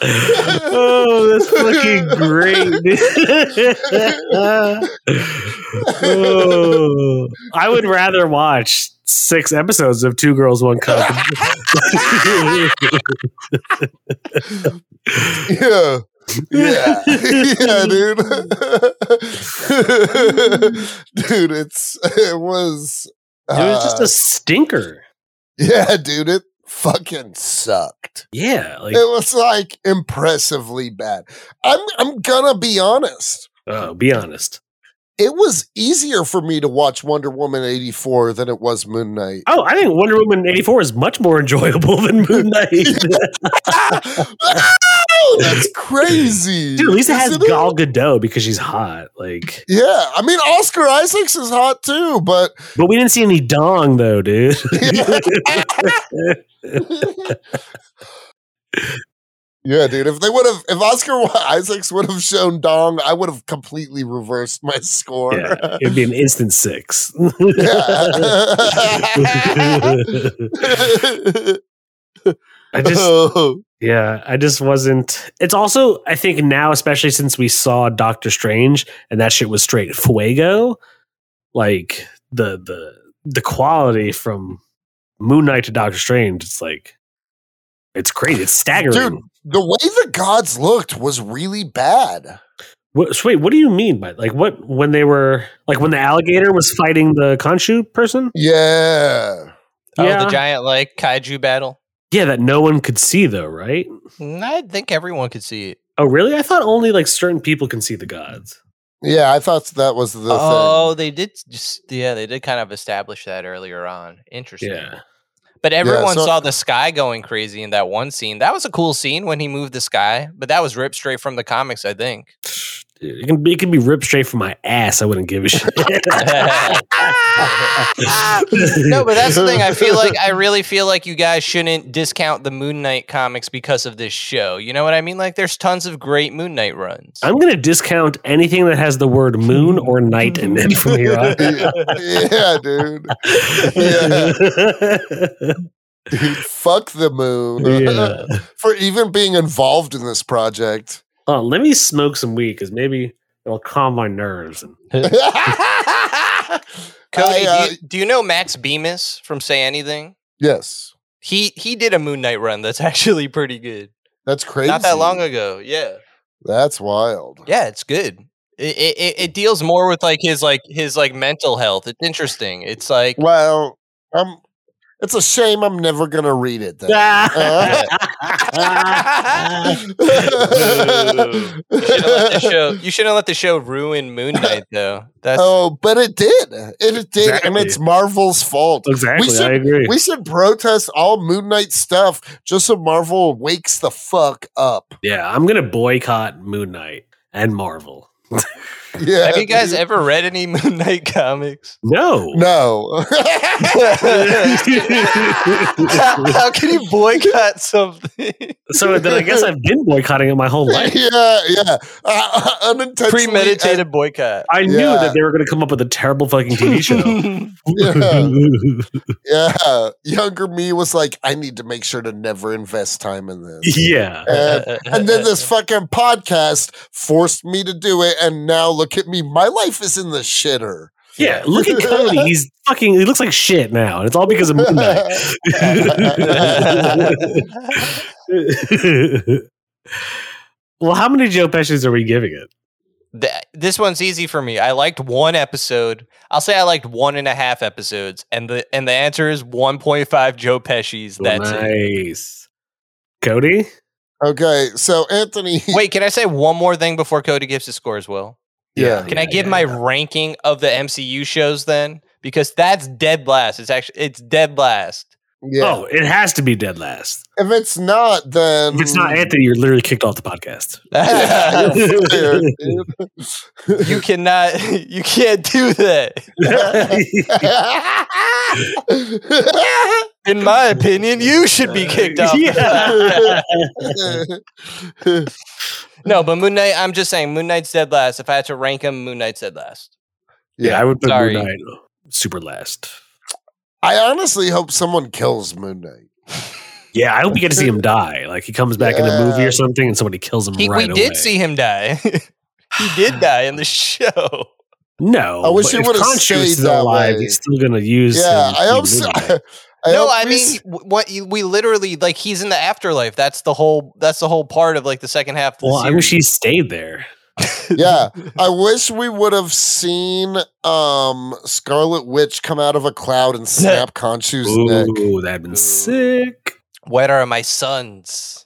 oh, that's fucking great. dude. oh, I would rather watch six episodes of Two Girls, One Cup.
yeah. Yeah. yeah, dude. dude, it's it was
It was just
uh,
a stinker.
Yeah, dude, it fucking sucked.
Yeah. Like,
It was like impressively bad. I'm I'm gonna be honest.
oh, be honest.
It was easier for me to watch Wonder Woman 84 than it was Moon Knight.
Oh, I think Wonder Woman 84 is much more enjoyable than Moon Knight.
Ow, that's crazy.
Dude, at least it has
isn't it?
Gal Gadot because she's hot. Like,
Yeah, I mean Oscar Isaacs is hot too, but
but we didn't see any dong though, dude.
Yeah, dude. If they would have, if Oscar Isaacs would have shown Dong, I would have completely reversed my score.
Yeah, it'd be an instant six. I just,
oh,
yeah, I just wasn't. It's also, I think now, especially since we saw Doctor Strange and that shit was straight fuego, like the the the quality from Moon Knight to Doctor Strange, it's like it's crazy, it's staggering.
dude, the way the gods looked was really bad.
What, so wait, what do you mean by like what when they were like when the alligator was fighting the Khonshu person?
Yeah.
Oh,
yeah,
the giant like kaiju battle.
yeah, that no one could see though, right?
Mm, I think everyone could see it.
Oh, really? I thought only like certain people can see the gods.
Yeah, I thought that was the
oh, they did. Just, yeah, they did kind of establish that earlier on. Interesting.
Yeah,
But everyone
so-
saw the sky going crazy in that one scene. That was a cool scene when he moved the sky, but that was ripped straight from the comics, I think.
Dude, it can be, it can be ripped straight from my ass. I wouldn't give a shit.
no, but that's the thing. I feel like I really feel like you guys shouldn't discount the Moon Knight comics because of this show. You know what I mean? Like, there's tons of great Moon Knight runs.
I'm gonna discount anything that has the word moon or night in it from here on.
thing. yeah, dude. Dude, fuck the moon
Yeah.
for even being involved in this project.
Oh, let me smoke some weed because maybe it'll calm my nerves. And
Cody,
Cody,
uh,
do, you, do you know Max Bemis from Say Anything?
yes,
He he did a Moon Knight run that's actually pretty good.
that's crazy.
Not that long ago. Yeah.
That's wild.
Yeah, it's good. It, it it- it deals more with like his like his like mental health. It's interesting. It's like
Well, um, it's a shame I'm never gonna read it. Then. uh,
you shouldn't let the show you shouldn't let the show ruin Moon Knight though. That's
oh, but it did. It did, and
Exactly.
it's Marvel's fault.
exactly,
We should-
I agree.
We should protest all Moon Knight stuff just so Marvel wakes the fuck up.
yeah, I'm gonna boycott Moon Knight and Marvel.
Yeah.
have you guys
dude.
ever read any Moon Knight comics?
No,
No.
how, how can you boycott something?
so then I guess I've been boycotting it my whole life.
yeah, yeah. Uh, unintentionally. uh,
Premeditated boycott.
I knew
Yeah.
that they were going to come up with a terrible fucking TV show.
Yeah. Yeah. Younger me was like, I need to make sure to never invest time in this.
yeah.
And, and then this fucking podcast forced me to do it. And now look at me. My life is in the shitter.
Yeah, look at Cody. He's fucking. He looks like shit now, and it's all because of Moon Knight. well, how many Joe Pesci's are we giving it?
Th- this one's easy for me. I liked one episode. I'll say I liked one and a half episodes, and the and the answer is one point five Joe Pesci's. That's it.
nice. Cody,
okay. So, Anthony.
Wait, can I say one more thing before Cody gives his score as well?
Yeah.
Can I give my ranking of the MCU shows then? Because that's dead last. It's actually it's dead last.
Yeah.
Oh, it has to be dead last.
If it's not, then.
If it's
Um,
not Anthony, you're literally kicked off the podcast.
Yeah, you're fired, dude.
you cannot. You can't do that. In my opinion, you should
Uh,
be kicked off.
Yeah.
No, but Moon Knight. I'm just saying, Moon Knight's dead last. If I had to rank him, Moon Knight's dead last.
yeah, I would put
Sorry.
Moon Knight super last.
I honestly hope someone kills Moon Knight.
Yeah, I hope you get to see him die. Like he comes back in
Yeah.
a movie or something, and somebody kills him
He,
right
we
away.
did see him die. he did die in the show.
No,
I wish
but
he
if
would've
Khonshu is
stayed
still
that
alive.
way.
He's still gonna use.
Yeah,
him
I
to
hope
be
so.
Moon Knight.
no,
hope
I
we
mean, w- what you, we literally like he's in the afterlife. That's the whole. That's the whole part of like the second half. Of the
Well, I wish
series.
he stayed there.
yeah i wish we would have seen um scarlet witch come out of a cloud and snap Khonshu's neck
Ooh, that'd been
Ooh.
sick.
Where are my sons?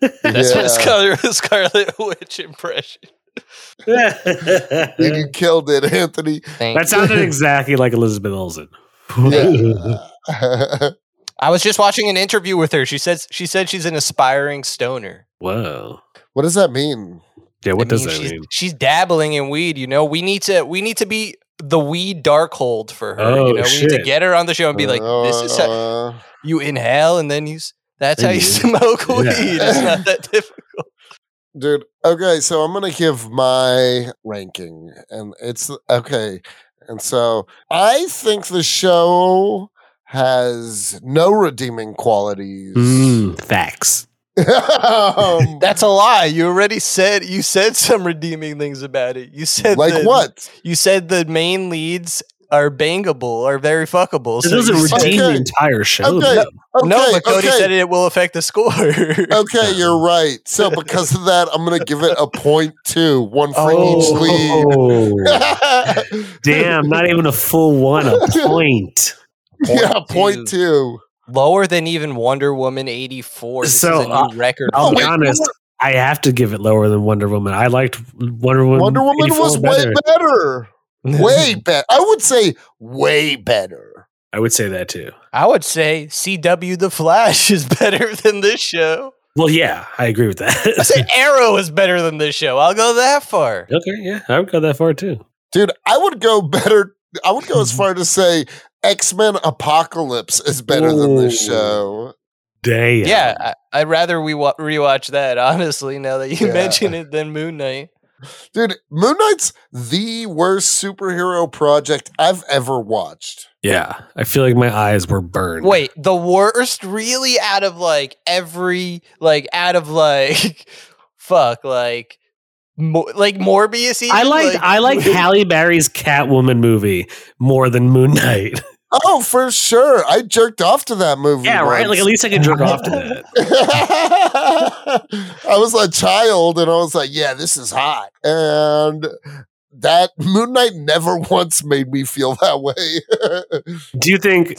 That's
yeah.
my Scarlet, Scarlet Witch impression.
You killed it anthony
that sounded exactly like Elizabeth Olsen.
yeah.
I was just watching an interview with her. She says she said she's an aspiring stoner.
Whoa.
what does that mean
Yeah, what
I
does
mean,
that
she's,
mean?
She's dabbling in weed. You know, we need to we need to be the weed dark hold for her.
Oh,
you know, we need to
shit.
Oh,
get her on the show and be like, this is how
Uh,
you inhale and then you s- That's how you smoke weed. It's not that difficult.
dude. Okay, so I'm gonna give my ranking, and it's okay. And so I think the show has no redeeming qualities.
Mm, facts.
Um,
That's a lie. You already said you said some redeeming things about it. You said
like
that-
what?
You said the main leads are bangable, are very fuckable.
It
so
doesn't
you said-
redeem the
Okay.
entire show.
Okay.
though.
Okay,
Oh, no, but Cody
okay.
said it will affect the score.
Okay, you're right. So because of that, I'm gonna give it a point two, one for each lead.
Oh, damn!
Damn,
Not even a full one. A point.
yeah, point two.
Lower than even Wonder Woman 84. This
So,
is a new
uh,
record.
I'll
Oh,
be
wait,
honest.
Wonder-
I have to give it lower than Wonder Woman. I liked Wonder Woman.
Wonder Woman
84
was way better. Way better. I would say way better.
I would say that too.
I would say CW The Flash is better than this show.
Well, yeah, I agree with
I
that.
say Arrow is better than this show. I'll go that far.
okay, yeah, I would go that far too.
Dude, I would go better. I would go as far to say X-Men Apocalypse is better than this
Ooh.
show.
Damn.
Yeah, I, I'd rather we wa- rewatch that, honestly, now that you
Yeah.
mention it, than Moon Knight.
Dude, Moon Knight's the worst superhero project I've ever watched.
Yeah. I feel like my eyes were burned.
Wait, the worst really out of like every like out of like fuck like mo- like Morbius even?
I like I like Halle Berry's Catwoman movie more than Moon Knight.
Oh, for sure. I jerked off to that movie. once.
least I can
jerk off to that.
I was a child and I was like, yeah, this is hot. And that Moon Knight never once made me feel that way.
Do you think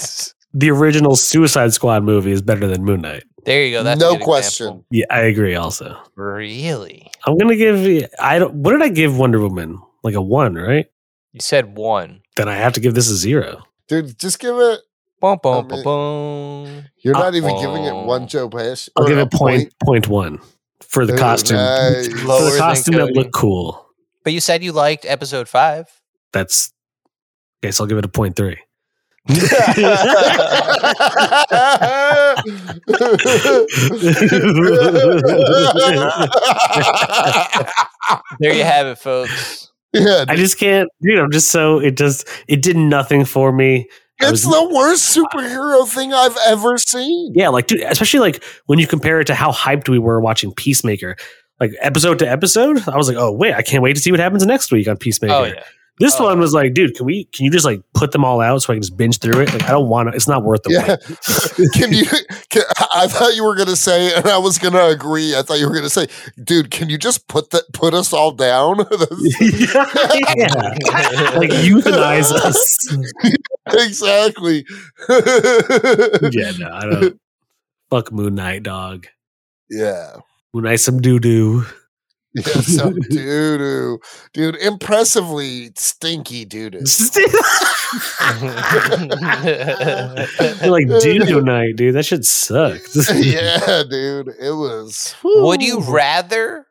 the original Suicide Squad movie is better than Moon Knight?
There you go. That's a
No
good
question.
example.
Yeah, I agree. Also,
Really?
I'm gonna give I don't. What did I give Wonder Woman? Like a one, right?
You said one.
Then I have to give this a zero.
Dude, just give it.
Boom, boom,
I
boom,
mean-
boom.
You're not even giving it
Uh-oh.
one Joe Pass.
I'll
or
give
a
it point point one for the
Ooh,
costume.
nice.
For
Lower
the
than
costume that
Cody.
looked cool.
But you said you liked episode five.
That's okay. So I'll give it a point three.
There you have it, folks.
yeah,
I just can't, dude. I'm just so it just it did nothing for me. I was-
it's the worst superhero thing I've ever seen.
Yeah, like dude, especially like when you compare it to how hyped we were watching Peacemaker, like episode to episode. I was like, oh wait, I can't wait to see what happens next week on Peacemaker.
Oh yeah.
This
Oh.
one was like, dude, can we? Can you just like put them all out so I can just binge through it? Like I don't want to. It's not worth the
Yeah.
wait.
can you? Can, I thought you were gonna say, and I was gonna agree. I thought you were gonna say, "Dude, can you just put that put us all down?"
yeah. Like euthanize us.
exactly.
yeah, no, I don't. Fuck Moon Knight, dog.
yeah.
Moon Knight, some doo doo.
Yeah, so doo doo, dude. Impressively stinky doo doo.
like doo doo night, dude. That shit sucked.
yeah, dude. It was.
Would you rather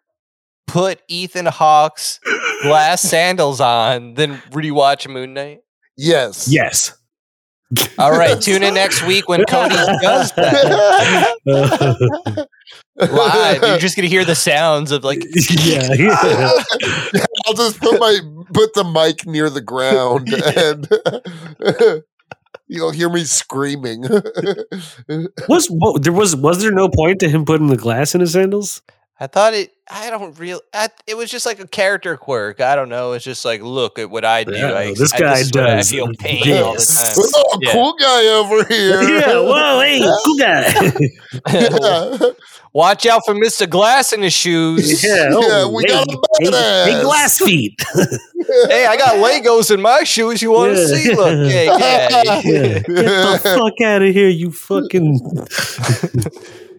put Ethan Hawke's glass sandals on than rewatch Moon Knight?
Yes.
yes.
All right, tune in next week when Cody does that live. You're just gonna hear the sounds of like
yeah, yeah.
I'll just put my put the mic near the ground and you'll hear me screaming.
Was what, there was was there no point to him putting the glass in his sandals?
I thought it. I don't real. I, it was just like a character quirk. I don't know. It's just like, look at what I do.
Yeah,
I,
this
I
guy
just swear
does
I feel pain all
this.
the
oh,
Yeah.
cool guy over here.
hey, cool guy.
time.
Yeah.
Watch out for Mister Glass in his shoes.
yeah, oh,
Yeah, we got a badass.
feet.
Hey, I got Legos in my shoes. You want to
Yeah.
see? Look, hey, yeah.
Yeah. Get the fuck out of here, you fucking.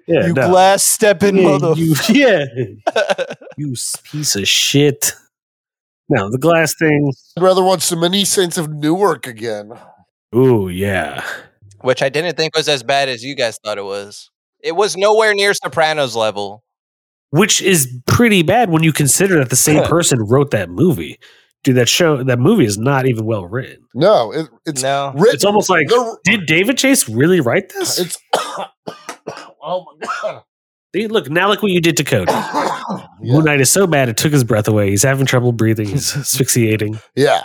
yeah,
you
no.
glass stepping
Yeah,
mother.
you, yeah, you s- piece of shit. No, the glass thing.
I'd rather watch the Many Saints of Newark again.
Ooh, yeah.
Which I didn't think was as bad as you guys thought it was. It was nowhere near Sopranos level.
Which is pretty bad when you consider that the same person wrote that movie. Dude, that show, that movie is not even well written.
No, it, it's
no.
written.
It's almost like,
the-
did David Chase really write this?
it's. Oh my god.
See, look now, look what you did to Cody.
yeah.
Moon Knight is so bad it took his breath away. He's having trouble breathing. He's asphyxiating.
yeah.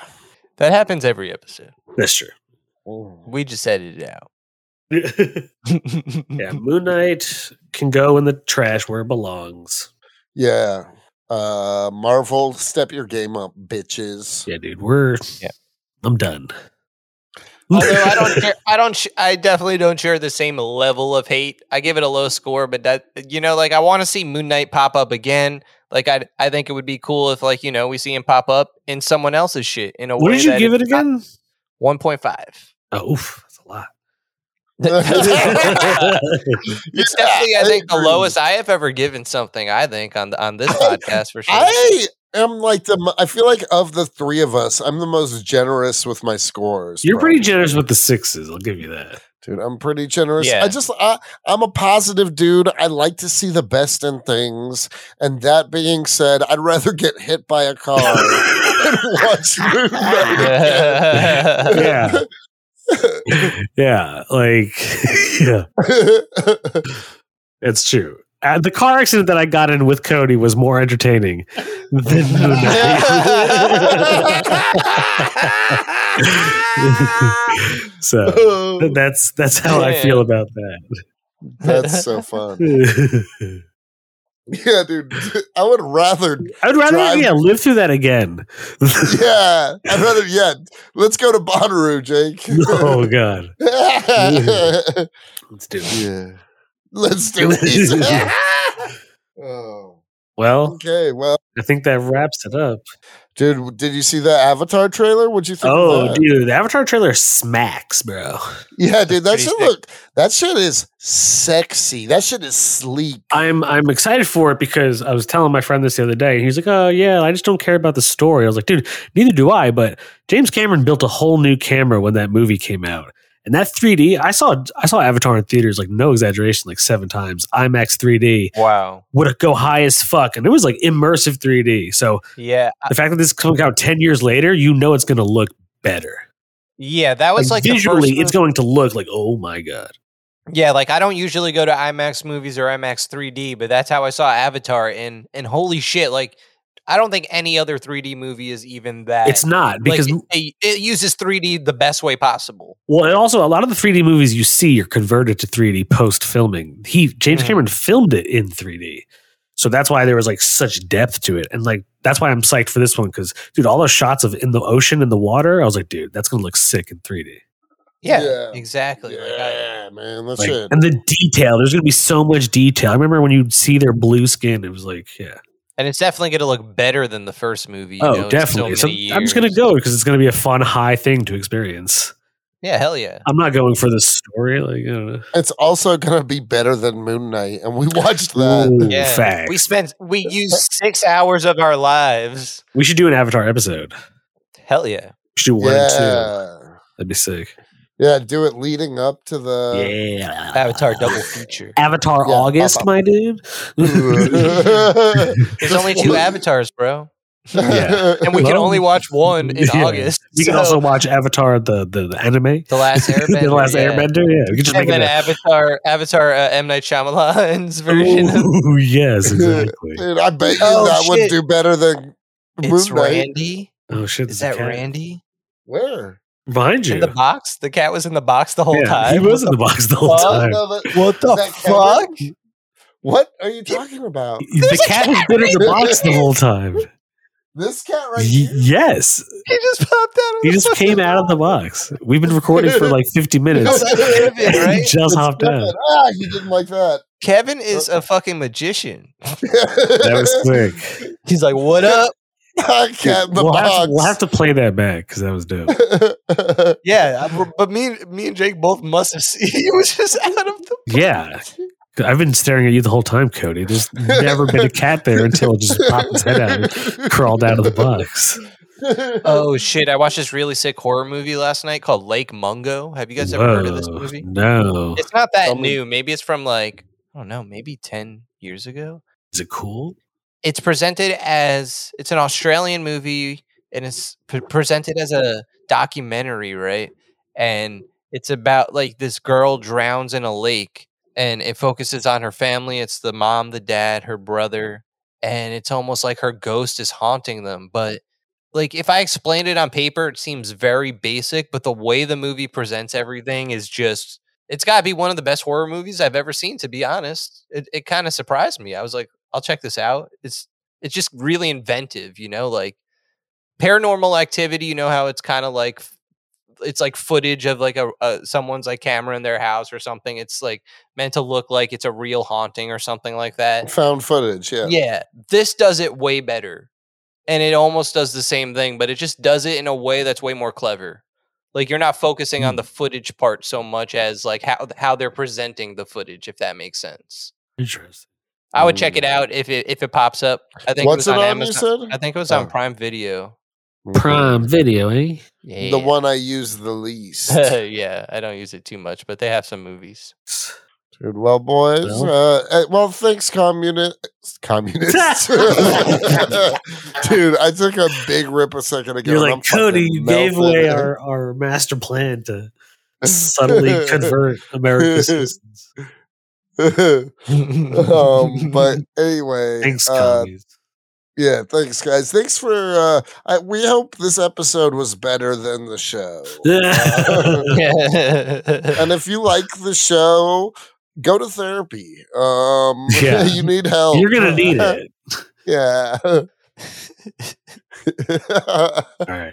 That happens every episode.
That's true.
We just edit it out.
yeah, Moon Knight can go in the trash where it belongs.
Yeah. Uh Marvel, step your game up, bitches.
Yeah, dude, we're.
Yeah.
I'm done.
Although I don't, share, I don't, sh- I definitely don't share the same level of hate. I give it a low score, but that you know, like I want to see Moon Knight pop up again. Like I, I think it would be cool if, like you know, we see him pop up in someone else's shit in a
What
way.
did you give it again?
One point five.
Oh, oof, that's a lot.
Yeah,
It's definitely, I think, the
agree.
lowest I have ever given something. I think on the, on this
I-
podcast for sure.
I am like the mo- I feel like of the three of us, I'm the most generous with my scores.
You're pretty
probably.
generous with the sixes. I'll give you that.
dude i'm pretty generous
Yeah.
i just I, i'm a positive dude i like to see the best in things and that being said i'd rather get hit by a car than watch Moon Knight.
yeah. yeah. Like, yeah, it's true. Uh, the car accident that I got in with Cody was more entertaining than Moon Knight. so that's that's how I feel about
that's so fun
that.
yeah dude i would rather
I'd rather
Drive-
yeah live through that again.
yeah i'd rather yeah let's go to bonnaroo jake
oh god,
yeah
let's do it.
let's do it oh
Well,
okay well
I think that wraps it up.
Dude, w- did you see the Avatar trailer? What'd you think? of
Oh,
that?
dude, the Avatar trailer smacks, bro.
yeah, dude, that
Pretty
shit
sick.
look. That shit is sexy. That shit is sleek.
I'm I'm excited for it because I was telling my friend this the other day, and he's like, "Oh yeah, I just don't care about the story." I was like, "Dude, neither do I." But James Cameron built a whole new camera when that movie came out, and that 3D, I saw I saw Avatar in theaters like no exaggeration, like seven times. IMAX 3D
wow.
would go high as fuck, and it was like immersive 3D. So
Yeah. I-
the fact that this is coming out ten years later, you know it's going to look better.
Yeah. That was Oh,
Like,
like, the first
visually,
movie-
it's going to look like oh my god.
Yeah, like I don't usually go to IMAX movies or IMAX 3D, but that's how I saw Avatar and and holy shit, like I don't think any other 3D movie is even that.
It's not
like,
because
it, it uses 3D the best way possible.
Well, and also a lot of the 3D movies you see are converted to 3D post filming. He James
Mhm.
Cameron filmed it in 3D. So that's why there was like such depth to it. And like that's why I'm psyched for this one cuz dude, all those shots of in the ocean and the water, I was like, dude, that's going to look sick in 3D.
Yeah,
Yeah.
exactly. Like, I-
Yeah, man, that
Like,
shit.
and the detail, there's going to be so much detail. I remember when you'd see their blue skin, it was like, yeah.
and it's definitely going to look better than the first movie. you
oh,
know, in so
definitely. So
many
I'm just going to
years.
go cuz it's going to be a fun high thing to experience.
Yeah, hell yeah.
I'm not going for the story like uh, I don't know.
It's also gonna be better than Moon Knight, and we watched that.
Ooh,
Yeah.
facts.
We spent we used 6 hours of our lives.
we should do an Avatar episode.
Hell yeah.
We should do one and two.
yeah,
That'd be sick.
yeah, do it leading up to
Uh,
the.
yeah.
Avatar double feature.
Avatar
Yeah,
August,
pop up.
my dude.
There's only two avatars, bro.
Yeah.
and we can
Well,
only watch one in
yeah.
August.
You can
so-
also watch Avatar the the, the anime.
the last Airbender,
the last
yeah.
Airbender. Yeah, we can just
and
make
then
it.
Avatar, Avatar, uh, M Night Shyamalan's
A,
version. of-
Ooh, yes, exactly.
Dude, I bet you
Oh,
that would
shit.
do better than Moon
It's
Knight.
Randy.
Oh shit!
Is
there's
that
a cat
Randy
Where?
Behind you.
in the box? The cat was in the box the whole
yeah,
time.
he was in the box the whole
fuck?
Oh,
time.
no, but-
What
the
the
fuck?
fuck?
What are you talking about?
The cat has been in the box the whole time.
This cat right
Y-
here.
yes,
He just popped out. Of
he
the
just
fucking
came out of the box. We've been recording for like 50 minutes.
Kevin,
and he
right?
just
It's
hopped out.
Griffin. Ah, he didn't like that.
Kevin is a fucking magician.
That was sick.
He's like, "What up?"
I Ah, cat in the
we'll,
box.
Have to, we'll have to play that back because that was dope.
Yeah, I- but me, and me and Jake both must have seen. He was just out of the.
Yeah. I've been staring at you the whole time, Cody. There's never been a cat there until it just popped its head out and crawled out of the box.
Oh shit! I watched this really sick horror movie last night called Lake Mungo. Have you guys ever heard of this
Whoa,
movie?
No.
It's not that
Tell me.
new. Maybe it's from like I don't know, maybe ten years ago.
Is it cool?
It's presented as it's an Australian movie, and it's p- presented as a documentary, right? And it's about like this girl drowns in a lake, and it focuses on her family. It's the mom, the dad, her brother, and it's almost like her ghost is haunting them. But like if I explained it on paper, it seems very basic, but the way the movie presents everything is just it's got to be one of the best horror movies I've ever seen to be honest. It it kind of surprised me. I was like, I'll check this out. It's it's just really inventive, you know, like paranormal activity, you know how it's kind of like it's like footage of like a, a, someone's like camera in their house or something. It's like meant to look like it's a real haunting or something like that.
Found footage, yeah.
Yeah, this does it way better, and it almost does the same thing, but it just does it in a way that's way more clever. Like you're not focusing mm. on the footage part so much as like how how they're presenting the footage, if that makes sense.
Interesting.
I would mm. check it out if it if it pops up. I think
What's
it was on
on, Amazon.
I think it was on oh. Prime Video.
Prime Video, eh?
Yeah.
The one I use the least.
yeah, I don't use it too much, but they have some movies.
Dude, well, boys. Well, uh, well thanks, communi- communists. Dude, I took a big rip a second ago.
You're like, I'm Cody, you gave away our, our master plan to subtly convert American citizens.
um, but anyway.
Thanks, uh,
yeah, thanks guys. Thanks for uh I, we hope this episode was better than the show. oh. uh, and if you like the show, go to therapy. Um yeah. you need help.
You're going to need it.
yeah.
All right.